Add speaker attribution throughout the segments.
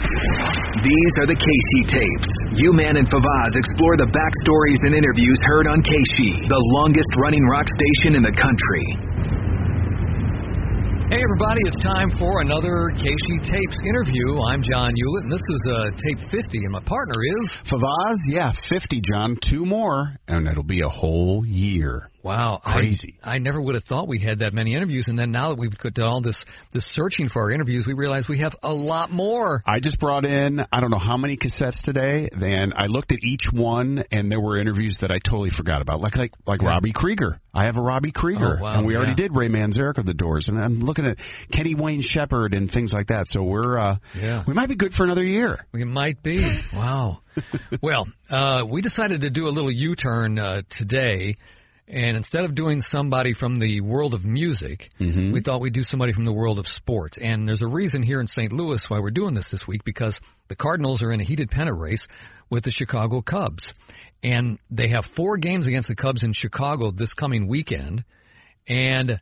Speaker 1: These are the Keishi tapes. U-Man and Favaz explore the backstories and interviews heard on Keishi, the longest-running rock station in the country.
Speaker 2: Hey, everybody, it's time for another Casey Tapes interview. I'm John Hewlett, and this is uh, tape 50, and my partner is.
Speaker 3: Favaz, yeah, 50, John. Two more, and it'll be a whole year.
Speaker 2: Wow, I-
Speaker 3: Crazy.
Speaker 2: I, never would have thought we had that many interviews, and then now that we've done all this this searching for our interviews, we realize we have a lot more.
Speaker 3: I just brought in, I don't know how many cassettes today, and I looked at each one, and there were interviews that I totally forgot about, like like like Robbie Krieger. I have a Robbie Krieger,
Speaker 2: Oh, wow,
Speaker 3: and we already
Speaker 2: yeah.
Speaker 3: did Ray Manzarek of the Doors, and I'm looking at Kenny Wayne Shepherd and things like that. So we're uh,
Speaker 2: Yeah.
Speaker 3: we might be good for another year.
Speaker 2: We might be. Wow. well, uh, we decided to do a little U-turn uh, today, and instead of doing somebody from the world of music, we thought we'd do somebody from the world of sports. And there's a reason here in St. Louis why we're doing this this week because the Cardinals are in a heated pennant race with the Chicago Cubs, and they have four games against the Cubs in Chicago this coming weekend, and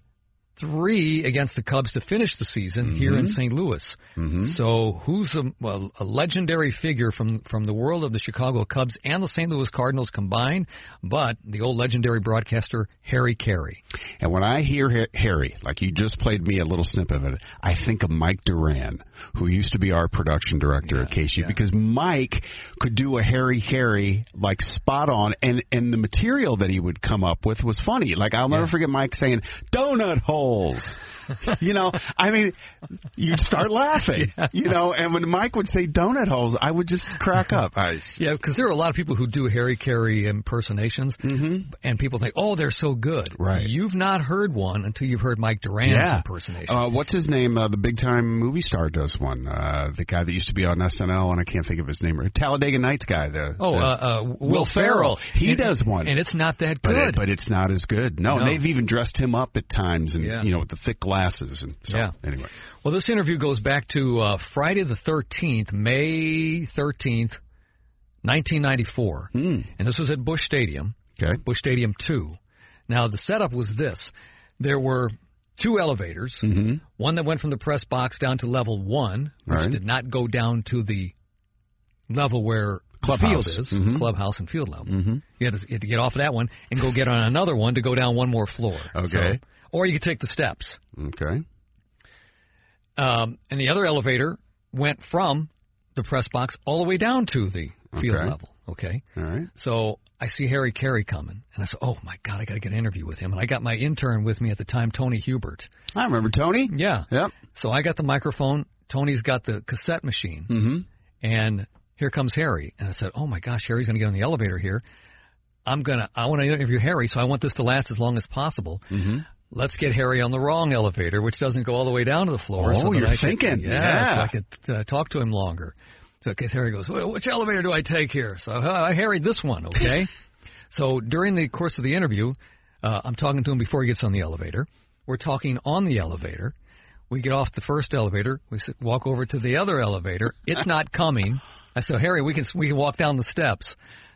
Speaker 2: three against the Cubs to finish the season here in St. Louis. Mm-hmm. So who's a, well, a legendary figure from from the world of the Chicago Cubs and the St. Louis Cardinals combined? But the old legendary broadcaster Harry Carey.
Speaker 3: And when I hear Ha- Harry, like you just played me a little snip of it, I think of Mike Duran, who used to be our production director at KC, because Mike could do a Harry Carey like spot on, and and the material that he would come up with was funny. Like I'll never forget Mike saying "donut holes," you know. I mean, you'd start laughing, you know. And when Mike would say "donut holes," I would just crack up. I,
Speaker 2: Yeah, because there are a lot of people who do Harry Carey impersonations, and people think, oh, they're so good.
Speaker 3: Right.
Speaker 2: You've not heard one until you've heard Mike Duran's impersonation.
Speaker 3: Uh, what's his name? Uh, the big time movie star does one. Uh, the guy that used to be on SNL, and I can't think of his name. Talladega Nights guy. The
Speaker 2: Oh,
Speaker 3: the,
Speaker 2: uh, uh, Will,
Speaker 3: Will Ferrell. He
Speaker 2: And-
Speaker 3: does one.
Speaker 2: and it's not that
Speaker 3: but,
Speaker 2: good.
Speaker 3: it, but it's not as good. No,
Speaker 2: No.
Speaker 3: and they've even dressed him up at times, and
Speaker 2: Yeah.
Speaker 3: you know, with the thick glasses. And so,
Speaker 2: Yeah.
Speaker 3: Anyway,
Speaker 2: Well, this interview goes back to uh, Friday the 13th, May 13th, 1994.
Speaker 3: Hmm.
Speaker 2: And this was at Bush Stadium,
Speaker 3: okay.
Speaker 2: Bush Stadium 2. Now, the setup was this there were two elevators, one that went from the press box down to level one, which
Speaker 3: Mm-hmm. Right.
Speaker 2: did not go down to the level where
Speaker 3: Clubhouse. Mm-hmm.
Speaker 2: the field is, clubhouse and field level. You, had to, you had to get off that one and go get on another one to go down one more floor.
Speaker 3: Okay.
Speaker 2: So- or you could take the steps.
Speaker 3: Okay.
Speaker 2: Um, and the other elevator went from the press box all the way down to the field
Speaker 3: Okay.
Speaker 2: level. Okay.
Speaker 3: All right.
Speaker 2: So I see Harry Carey coming, and I said, "Oh my God, I got to get an interview with him." And I got my intern with me at the time, Tony Hubert.
Speaker 3: I remember Tony.
Speaker 2: Yeah.
Speaker 3: Yep.
Speaker 2: So I got the microphone. Tony's got the cassette machine,
Speaker 3: Mm-hmm.
Speaker 2: and here comes Harry. And I said, "Oh my gosh, Harry's going to get on the elevator here. I'm gonna, I want to interview Harry, so I want this to last as long as possible." Mm-hmm. Let's get Harry on the wrong elevator, which doesn't go all the way down to the floor.
Speaker 3: Oh,
Speaker 2: so that
Speaker 3: you're
Speaker 2: I could-
Speaker 3: thinking.
Speaker 2: yeah, so
Speaker 3: Yeah.
Speaker 2: I could uh, talk to him longer. So okay, Harry goes, well, which elevator do I take here? So uh, I harried this one, okay? so during the course of the interview, uh, I'm talking to him before he gets on the elevator. We're talking on the elevator. We get off the first elevator. We s- walk over to the other elevator. It's not coming. I said, Harry, we can s- we can walk down the steps.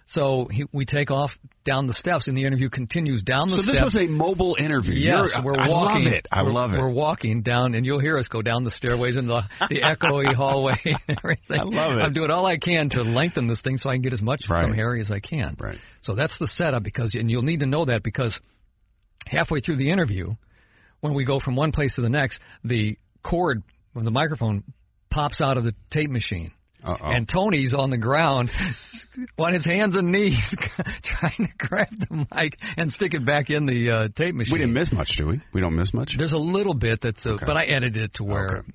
Speaker 2: So he, we take off down the steps, and the interview continues down the
Speaker 3: So
Speaker 2: steps.
Speaker 3: this was a mobile interview.
Speaker 2: Yes,
Speaker 3: You're-
Speaker 2: we're
Speaker 3: I
Speaker 2: walking.
Speaker 3: love it. I
Speaker 2: we're,
Speaker 3: love it.
Speaker 2: We're walking down, and you'll hear us go down the stairways and the, the echoey hallway and everything.
Speaker 3: I love it.
Speaker 2: I'm doing all I can to lengthen this thing so I can get as much from
Speaker 3: Right.
Speaker 2: Harry as I can.
Speaker 3: Right.
Speaker 2: So that's the setup because, and you'll need to know that because halfway through the interview, when we go from one place to the next, the cord when the microphone pops out of the tape machine.
Speaker 3: Uh-oh.
Speaker 2: And Tony's on the ground on his hands and knees trying to grab the mic and stick it back in the uh, tape machine.
Speaker 3: we didn't miss much, do we? We don't miss much.
Speaker 2: There's a little bit that's, a, but I edited it to where,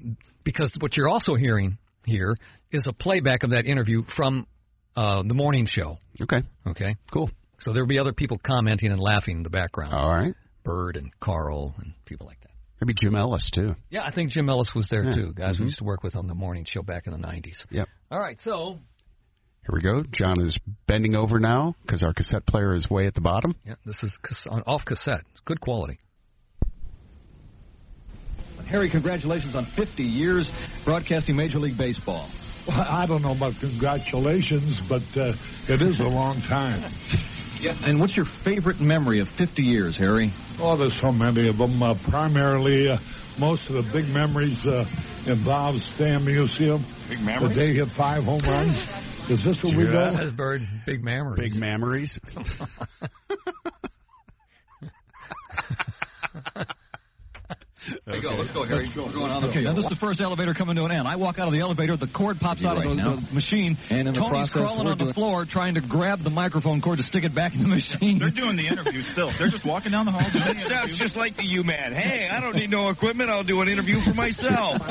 Speaker 2: because what you're also hearing here is a playback of that interview from uh, the morning show.
Speaker 3: Okay.
Speaker 2: Okay,
Speaker 3: Cool.
Speaker 2: so there'll be other people commenting and laughing in the background,
Speaker 3: All right.
Speaker 2: Bird and Carl and people like that.
Speaker 3: Maybe Jim Ellis too.
Speaker 2: Yeah, I think Jim Ellis was there too. Guys we used to work with on the morning show back in the '90s.
Speaker 3: Yep.
Speaker 2: All right, so
Speaker 3: Here we go. John is bending over now because our cassette player is way at the bottom.
Speaker 2: yeah, this is cas- on off cassette. It's good quality.
Speaker 4: Harry, congratulations on 50 years broadcasting Major League Baseball.
Speaker 5: Well, I don't know about congratulations, but uh, it is a long time.
Speaker 4: Yeah. And what's your favorite memory of 50 years, Harry?
Speaker 5: Oh, there's so many of them. Uh, primarily, uh, most of the big memories uh, in Bob's Stan Museum.
Speaker 6: Big
Speaker 5: The
Speaker 6: memories?
Speaker 5: day he hit five home runs. Is this what we
Speaker 3: Hear that?
Speaker 5: know?
Speaker 2: Says Bird, big mammoth.
Speaker 3: Big mammaries.
Speaker 6: There you go. Let's go, Harry. We're going on the
Speaker 4: Okay, now
Speaker 6: field.
Speaker 4: this is the first elevator coming to an end. I walk out of the elevator, the cord pops out
Speaker 6: right
Speaker 4: of the,
Speaker 6: now.
Speaker 4: the machine,
Speaker 6: And in the
Speaker 4: Tony's
Speaker 6: process,
Speaker 4: crawling
Speaker 6: we're
Speaker 4: on the
Speaker 6: doing-
Speaker 4: floor trying to grab the microphone cord to stick it back in the machine.
Speaker 6: They're doing the interview still. They're just walking down the hall. Doing the
Speaker 7: Sounds
Speaker 6: interview.
Speaker 7: just like the U Man. Hey, I don't need no equipment. I'll do an interview for myself.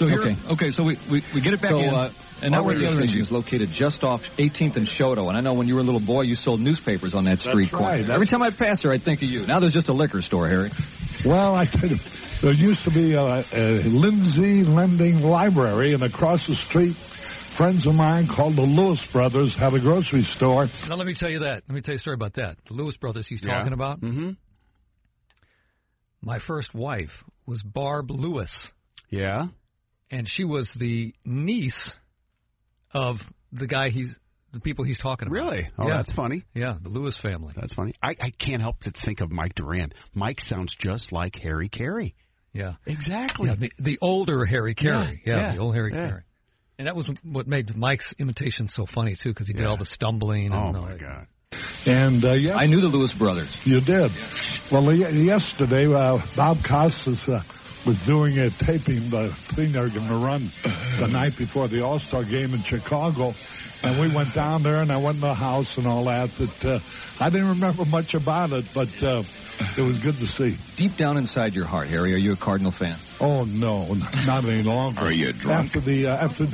Speaker 4: So here,
Speaker 6: Okay.
Speaker 4: okay, so we, we, we get it back
Speaker 6: So,
Speaker 4: in,
Speaker 6: uh,
Speaker 4: and now we're at the other
Speaker 6: Elevator
Speaker 4: issue.
Speaker 6: Station.
Speaker 4: It's located just off 18th and Shoto, and I know when you were a little boy, you sold newspapers on that street
Speaker 5: right,
Speaker 4: corner.
Speaker 5: that's-
Speaker 4: Every time I pass her, I think of you. Now there's just a liquor store, Harry.
Speaker 5: Well, I tell you, there used to be a, a Lindsay Lending Library, and across the street, friends of mine called the Lewis Brothers had a grocery store.
Speaker 2: Now let me tell you that. Let me tell you a story about that. The Lewis brothers he's
Speaker 3: Yeah.
Speaker 2: talking about.
Speaker 3: Mhm.
Speaker 2: My first wife was Barb Lewis,
Speaker 3: Yeah.
Speaker 2: and she was the niece of the guy he's the people he's talking about.
Speaker 3: Really? Oh,
Speaker 2: yeah.
Speaker 3: that's funny.
Speaker 2: Yeah, the Lewis family.
Speaker 3: That's funny. I, I can't help but think of Mike Duran. Mike sounds just like Harry Carey.
Speaker 2: Yeah.
Speaker 3: Exactly.
Speaker 2: Yeah, the, the older Harry Carey.
Speaker 3: Oh, Yeah,
Speaker 2: Yeah,
Speaker 3: yeah,
Speaker 2: the old Harry
Speaker 3: yeah.
Speaker 2: Carey. And that was what made Mike's imitation so funny too, because he did all the stumbling. And
Speaker 3: oh
Speaker 2: all
Speaker 3: my
Speaker 2: that.
Speaker 3: God.
Speaker 5: And uh, yeah,
Speaker 4: I knew the Lewis brothers.
Speaker 5: You did. Well, ye- yesterday uh, Bob Costas uh, was doing a taping the thing they're going to run the night before the All Star game in Chicago, and we went down there and I went in the house and all that. That uh, I didn't remember much about it, but uh, it was good to see.
Speaker 4: Deep down inside your heart, Harry, are you a Cardinal fan?
Speaker 5: Oh no, not any longer.
Speaker 6: Are you drunk?
Speaker 5: After the uh, after,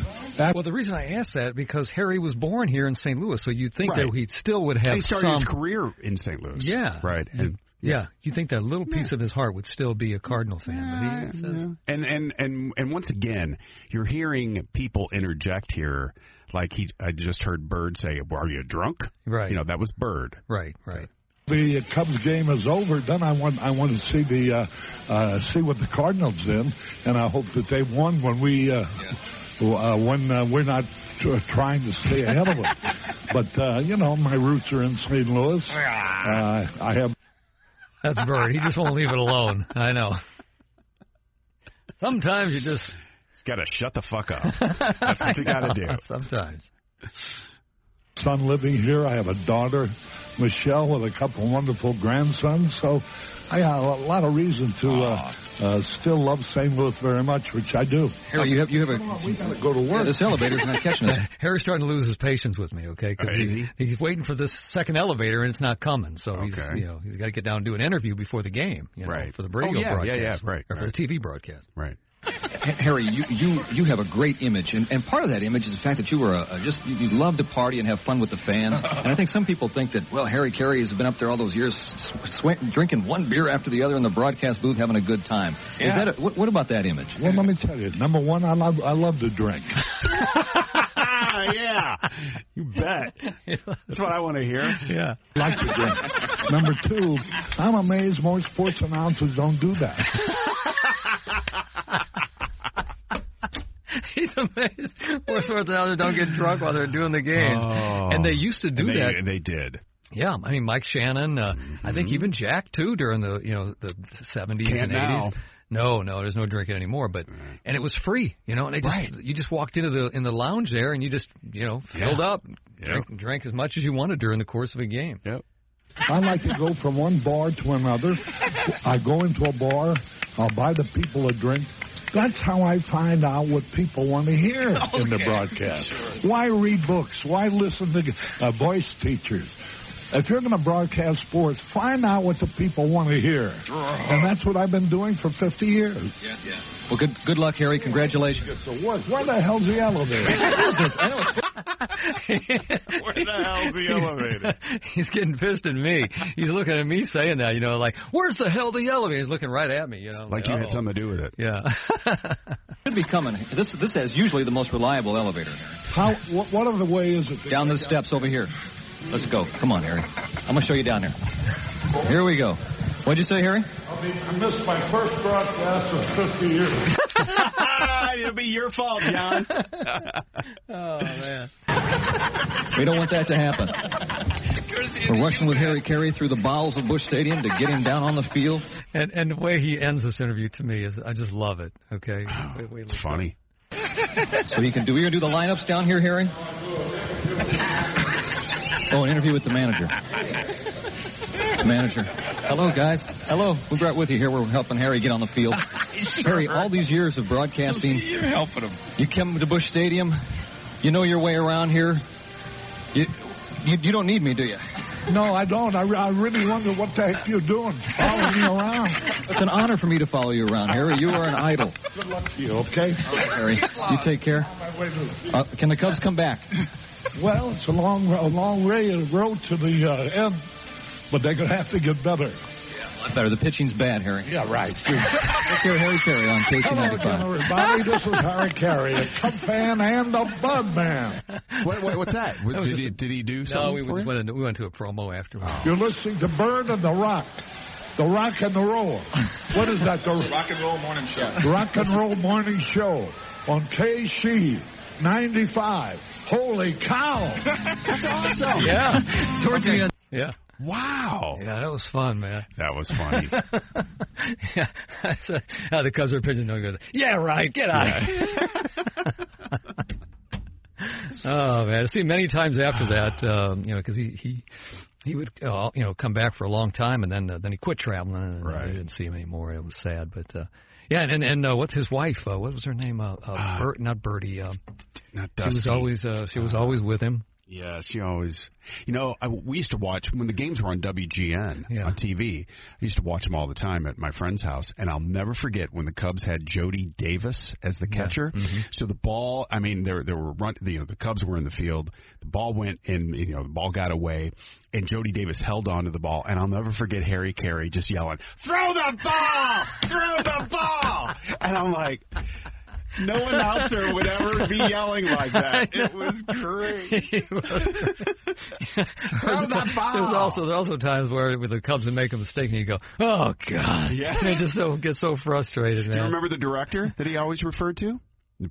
Speaker 5: after
Speaker 2: Well, the reason I asked that because Harry was born here in St. Louis, so you'd think
Speaker 3: Right.
Speaker 2: that he still would have
Speaker 3: He started
Speaker 2: some.
Speaker 3: his career in St. Louis.
Speaker 2: Yeah.
Speaker 3: Right.
Speaker 2: You-
Speaker 3: And
Speaker 2: yeah. You think that little piece of his heart would still be a Cardinal fan? but he says,
Speaker 3: and and and and once again, you're hearing people interject here. Like he, I just heard Bird say, well, "Are you drunk?"
Speaker 2: Right.
Speaker 3: You know that was Bird.
Speaker 2: Right. Right.
Speaker 5: the Cubs game is over, then I want I want to see the uh, uh, see what the Cardinals in, and I hope that they won when we uh, w uh, when uh, we're not tr- trying to stay ahead of them. But uh, you know, my roots are in St. Louis. Uh, I have
Speaker 2: That's Bird. He just won't leave it alone. I know. Sometimes you just.
Speaker 3: Got to shut the fuck up. That's what you got to do.
Speaker 2: Sometimes.
Speaker 5: son living here. I have a daughter, Michelle, with a couple wonderful grandsons. So I have a lot of reason to uh, uh, still love St. Louis very much, which I do.
Speaker 4: Harry, you have you have a
Speaker 5: We gotta go to
Speaker 4: yeah,
Speaker 5: work.
Speaker 4: this elevator's not catching us.
Speaker 2: Harry's starting to lose his patience with me, okay? Because
Speaker 3: Uh, is he?
Speaker 2: he's waiting for this second elevator and it's not coming. So he's
Speaker 3: Okay.
Speaker 2: you know he's got to get down and do an interview before the game, you know,
Speaker 3: Right.
Speaker 2: for the
Speaker 3: Oh,
Speaker 2: radio
Speaker 3: yeah, yeah,
Speaker 2: broadcast,
Speaker 3: yeah, right,
Speaker 2: or for
Speaker 3: right.
Speaker 2: the TV broadcast.
Speaker 3: Right.
Speaker 4: Ha- Harry, you, you you have a great image, and, and part of that image is the fact that you were a, a just you, you love to party and have fun with the fans. And I think some people think that well, Harry Carey has been up there all those years, sw- sw- drinking one beer after the other in the broadcast booth, having a good time. Is
Speaker 6: Yeah.
Speaker 4: that a, what, what about that image?
Speaker 5: Well, let me tell you. Number one, I love I love to drink.
Speaker 3: Ah, yeah. You bet. That's what I want to hear.
Speaker 2: Yeah.
Speaker 5: like to drink. Number two, I'm amazed more sports announcers don't do that.
Speaker 2: He's amazed. More sorts of others don't get drunk while they're doing the games. and they used to do
Speaker 3: Oh. And they,
Speaker 2: that.
Speaker 3: and they did.
Speaker 2: Yeah, I mean Mike Shannon. Uh, I think even Jack too during the you know the seventies
Speaker 3: Mm-hmm. Can't
Speaker 2: and
Speaker 3: now.
Speaker 2: eighties. No, no, there's no drinking anymore. But and it was free, you know. And they just
Speaker 3: Right.
Speaker 2: you just walked into the in the lounge there and you just you know filled
Speaker 3: Yeah.
Speaker 2: up,
Speaker 3: Yeah.
Speaker 2: drank, drank as much as you wanted during the course of a game.
Speaker 3: Yep.
Speaker 5: I like to go from one bar to another. I go into a bar, I'll buy the people a drink. That's how I find out what people want to hear in the broadcast. Why read books? Why listen to uh, voice teachers? If you're going to broadcast sports, find out what the people want to hear. And that's what I've been doing for 50 years.
Speaker 4: Well, good good luck, Harry. Congratulations.
Speaker 5: It's a work. Where the hell's the elevator?
Speaker 3: Where the hell's the elevator?
Speaker 2: He's getting pissed at me. He's looking at me saying that, you know, like where's the hell the elevator? He's looking right at me, you know.
Speaker 3: Like you had
Speaker 2: uh-oh.
Speaker 3: something to do with it.
Speaker 2: Yeah.
Speaker 4: Should be coming. This this is usually the most reliable elevator.
Speaker 5: How? What, what other way is it?
Speaker 4: Down the steps over here. Let's go. Come on, Harry. I'm gonna show you down here. Here we go. What'd you say, Harry?
Speaker 5: I missed my first broadcast in 50 years.
Speaker 3: Ah, It'll be your fault, John.
Speaker 2: oh man.
Speaker 4: We don't want that to happen.
Speaker 7: Courtesy
Speaker 4: We're rushing with Harry Carey through the bowels of Bush Stadium to get him down on the field.
Speaker 2: And and the way he ends this interview to me is I just love it. Okay, Wait, wait,
Speaker 3: It's funny.
Speaker 4: So you can do. We gonna do the lineups down here, Harry. Oh, an interview with the manager. The manager. Hello, guys. Hello. We're right with you here. We're helping Harry get on the field. Harry, all these years of broadcasting,
Speaker 7: You're helping him.
Speaker 4: you come to Bush Stadium. You know your way around here. You, you, you don't need me, do you?
Speaker 5: No, I don't. I, re- I really wonder what the heck you're doing following me around.
Speaker 4: It's an honor for me to follow you around, Harry. You are an idol.
Speaker 5: Good luck to you, okay?
Speaker 4: Harry, you take care. Uh, can the Cubs come back?
Speaker 5: Well, it's a long, a long way, road to the uh, end, but they're going to have to get better.
Speaker 4: A lot better. The pitching's bad, Harry.
Speaker 5: Yeah, right.
Speaker 4: Take care, Harry Carey on
Speaker 5: Hello,
Speaker 4: KC95.
Speaker 5: General Bobby. This is Harry Carey, a Cub fan and a Bud man.
Speaker 3: What, what, what's that? What,
Speaker 2: was
Speaker 3: did,
Speaker 2: just
Speaker 3: he,
Speaker 2: a-
Speaker 3: did he do
Speaker 2: No,
Speaker 3: something?
Speaker 2: we,
Speaker 3: for
Speaker 2: was-
Speaker 3: you? Oh.
Speaker 2: went into, we went to a promo afterwards.
Speaker 5: You're listening to Bird and the Rock. The Rock and the Roll. What is that? The
Speaker 6: Rock and roll morning show.
Speaker 5: Rock and Roll Morning Show on KC 95. Holy cow!
Speaker 3: That's awesome.
Speaker 2: Yeah, towards the end. Yeah,
Speaker 3: Wow.
Speaker 2: yeah, that was fun, man.
Speaker 3: That was funny.
Speaker 2: yeah, So, uh, the Cubs are pigeon don't go. there. Yeah, right. Get out. oh man, I see many times after that, um, you know, because he he he would uh, you know come back for a long time and then uh, then he quit traveling and
Speaker 3: Right.
Speaker 2: I didn't see him anymore. It was sad, but uh, yeah, and and, and uh, what's his wife? Uh, what was her name? Uh, uh, Bert, not Bertie. Uh,
Speaker 3: Not
Speaker 2: she was
Speaker 3: Dusty. Uh-huh.
Speaker 2: always uh, she was always with him.
Speaker 3: Yeah, she always. You know, I, we used to watch when the games were on WGN
Speaker 2: Yeah.
Speaker 3: on TV. I used to watch them all the time at my friend's house, and I'll never forget when the Cubs had Jody Davis as the catcher. So the ball, I mean, there there were run. You know, the Cubs were in the field. The ball went in. You know, the ball got away, and Jody Davis held on to the ball. And I'll never forget Harry Carey just yelling, "Throw the ball! Throw the ball!" And I'm like. No announcer would ever be yelling like that. It was great.
Speaker 2: There's-
Speaker 3: the ball.
Speaker 2: There's also there's also times where with the Cubs would make a mistake and you go, oh god,
Speaker 3: Yeah.
Speaker 2: they just so get so frustrated,
Speaker 3: Do you
Speaker 2: man.
Speaker 3: remember the director that he always referred to? The,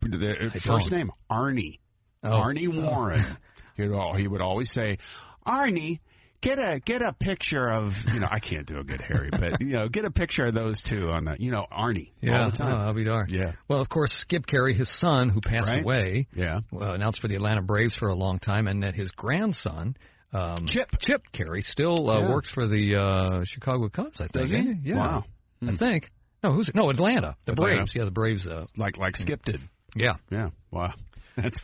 Speaker 3: the- first name Arnie. Arnie Warren. He'd all, he would always say, Arnie, get a get a picture of you know I can't do a good Harry, but you know get a picture of those two on the you know Arnie
Speaker 2: yeah,
Speaker 3: all the
Speaker 2: oh,
Speaker 3: time.
Speaker 2: I'll be darned.
Speaker 3: Yeah.
Speaker 2: Well, of course, Skip Carey, his son, who passed
Speaker 3: Right.
Speaker 2: away,
Speaker 3: Yeah.
Speaker 2: well, announced for the Atlanta Braves for a long time, and that his grandson. Um,
Speaker 3: Chip.
Speaker 2: Chip Carey still uh,
Speaker 3: Yeah.
Speaker 2: works for the uh, Chicago Cubs, I think.
Speaker 3: Does he?
Speaker 2: ain't Yeah.
Speaker 3: Wow.
Speaker 2: I think. No, who's no Atlanta. The
Speaker 3: Atlanta.
Speaker 2: Braves. Yeah, the Braves. Uh,
Speaker 3: Like like Skip did.
Speaker 2: yeah.
Speaker 3: Yeah. Wow. That's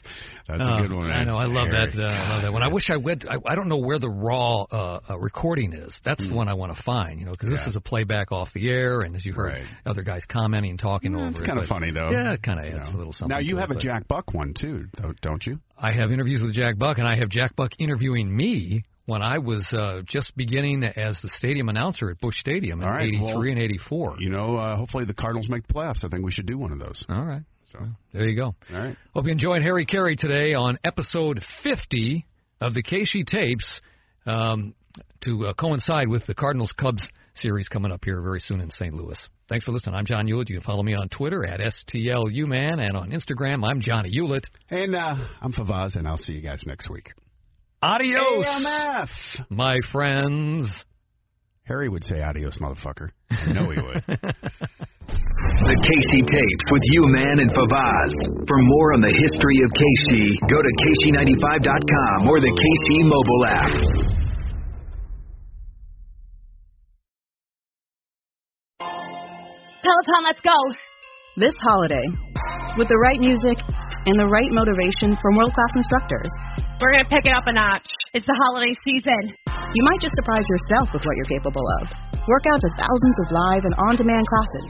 Speaker 3: that's
Speaker 2: Uh,
Speaker 3: a good one.
Speaker 2: I know. I love
Speaker 3: Harry.
Speaker 2: that. Uh, I love that one. I wish I went. I, I don't know where the raw uh, uh, recording is. That's the one I want to find. You know, because this
Speaker 3: Hmm. Yeah.
Speaker 2: is a playback off the air, and as you heard
Speaker 3: Right.
Speaker 2: other guys commenting and talking over
Speaker 3: It's
Speaker 2: it.
Speaker 3: kind of
Speaker 2: but-
Speaker 3: funny though.
Speaker 2: Yeah, it kind of
Speaker 3: You
Speaker 2: adds a
Speaker 3: know.
Speaker 2: little something.
Speaker 3: Now you
Speaker 2: to
Speaker 3: have
Speaker 2: it,
Speaker 3: a
Speaker 2: but
Speaker 3: Jack Buck one too, though, don't you?
Speaker 2: I have interviews with Jack Buck, and I have Jack Buck interviewing me when I was uh, just beginning as the stadium announcer at Bush Stadium in
Speaker 3: All right,
Speaker 2: '83
Speaker 3: well,
Speaker 2: and '84.
Speaker 3: You know, uh, hopefully the Cardinals make the playoffs. I think we should do one of those.
Speaker 2: All right.
Speaker 3: So.
Speaker 2: There you go.
Speaker 3: All right.
Speaker 2: Hope you enjoyed Harry Carey today on episode 50 of the Casey tapes um, to uh, coincide with the Cardinals Cubs series coming up here very soon in St. Louis. Thanks for listening. I'm John Hewlett. You can follow me on Twitter at STLUman and on Instagram, I'm Johnny Hewlett.
Speaker 3: And uh, I'm Favaz, and I'll see you guys next week.
Speaker 2: Adios,
Speaker 3: AMF!
Speaker 2: my friends.
Speaker 3: Harry would say adios, motherfucker. I know he would.
Speaker 1: The KC tapes with you, man, and Favaz. For more on the history of KC, go to KC95.com or the KC mobile app.
Speaker 8: Peloton, let's go!
Speaker 9: This holiday, with the right music and the right motivation from world class instructors,
Speaker 8: We're gonna pick it up a notch. It's the holiday season.
Speaker 9: you might just surprise yourself with what you're capable of. Work out to thousands of live and on demand classes,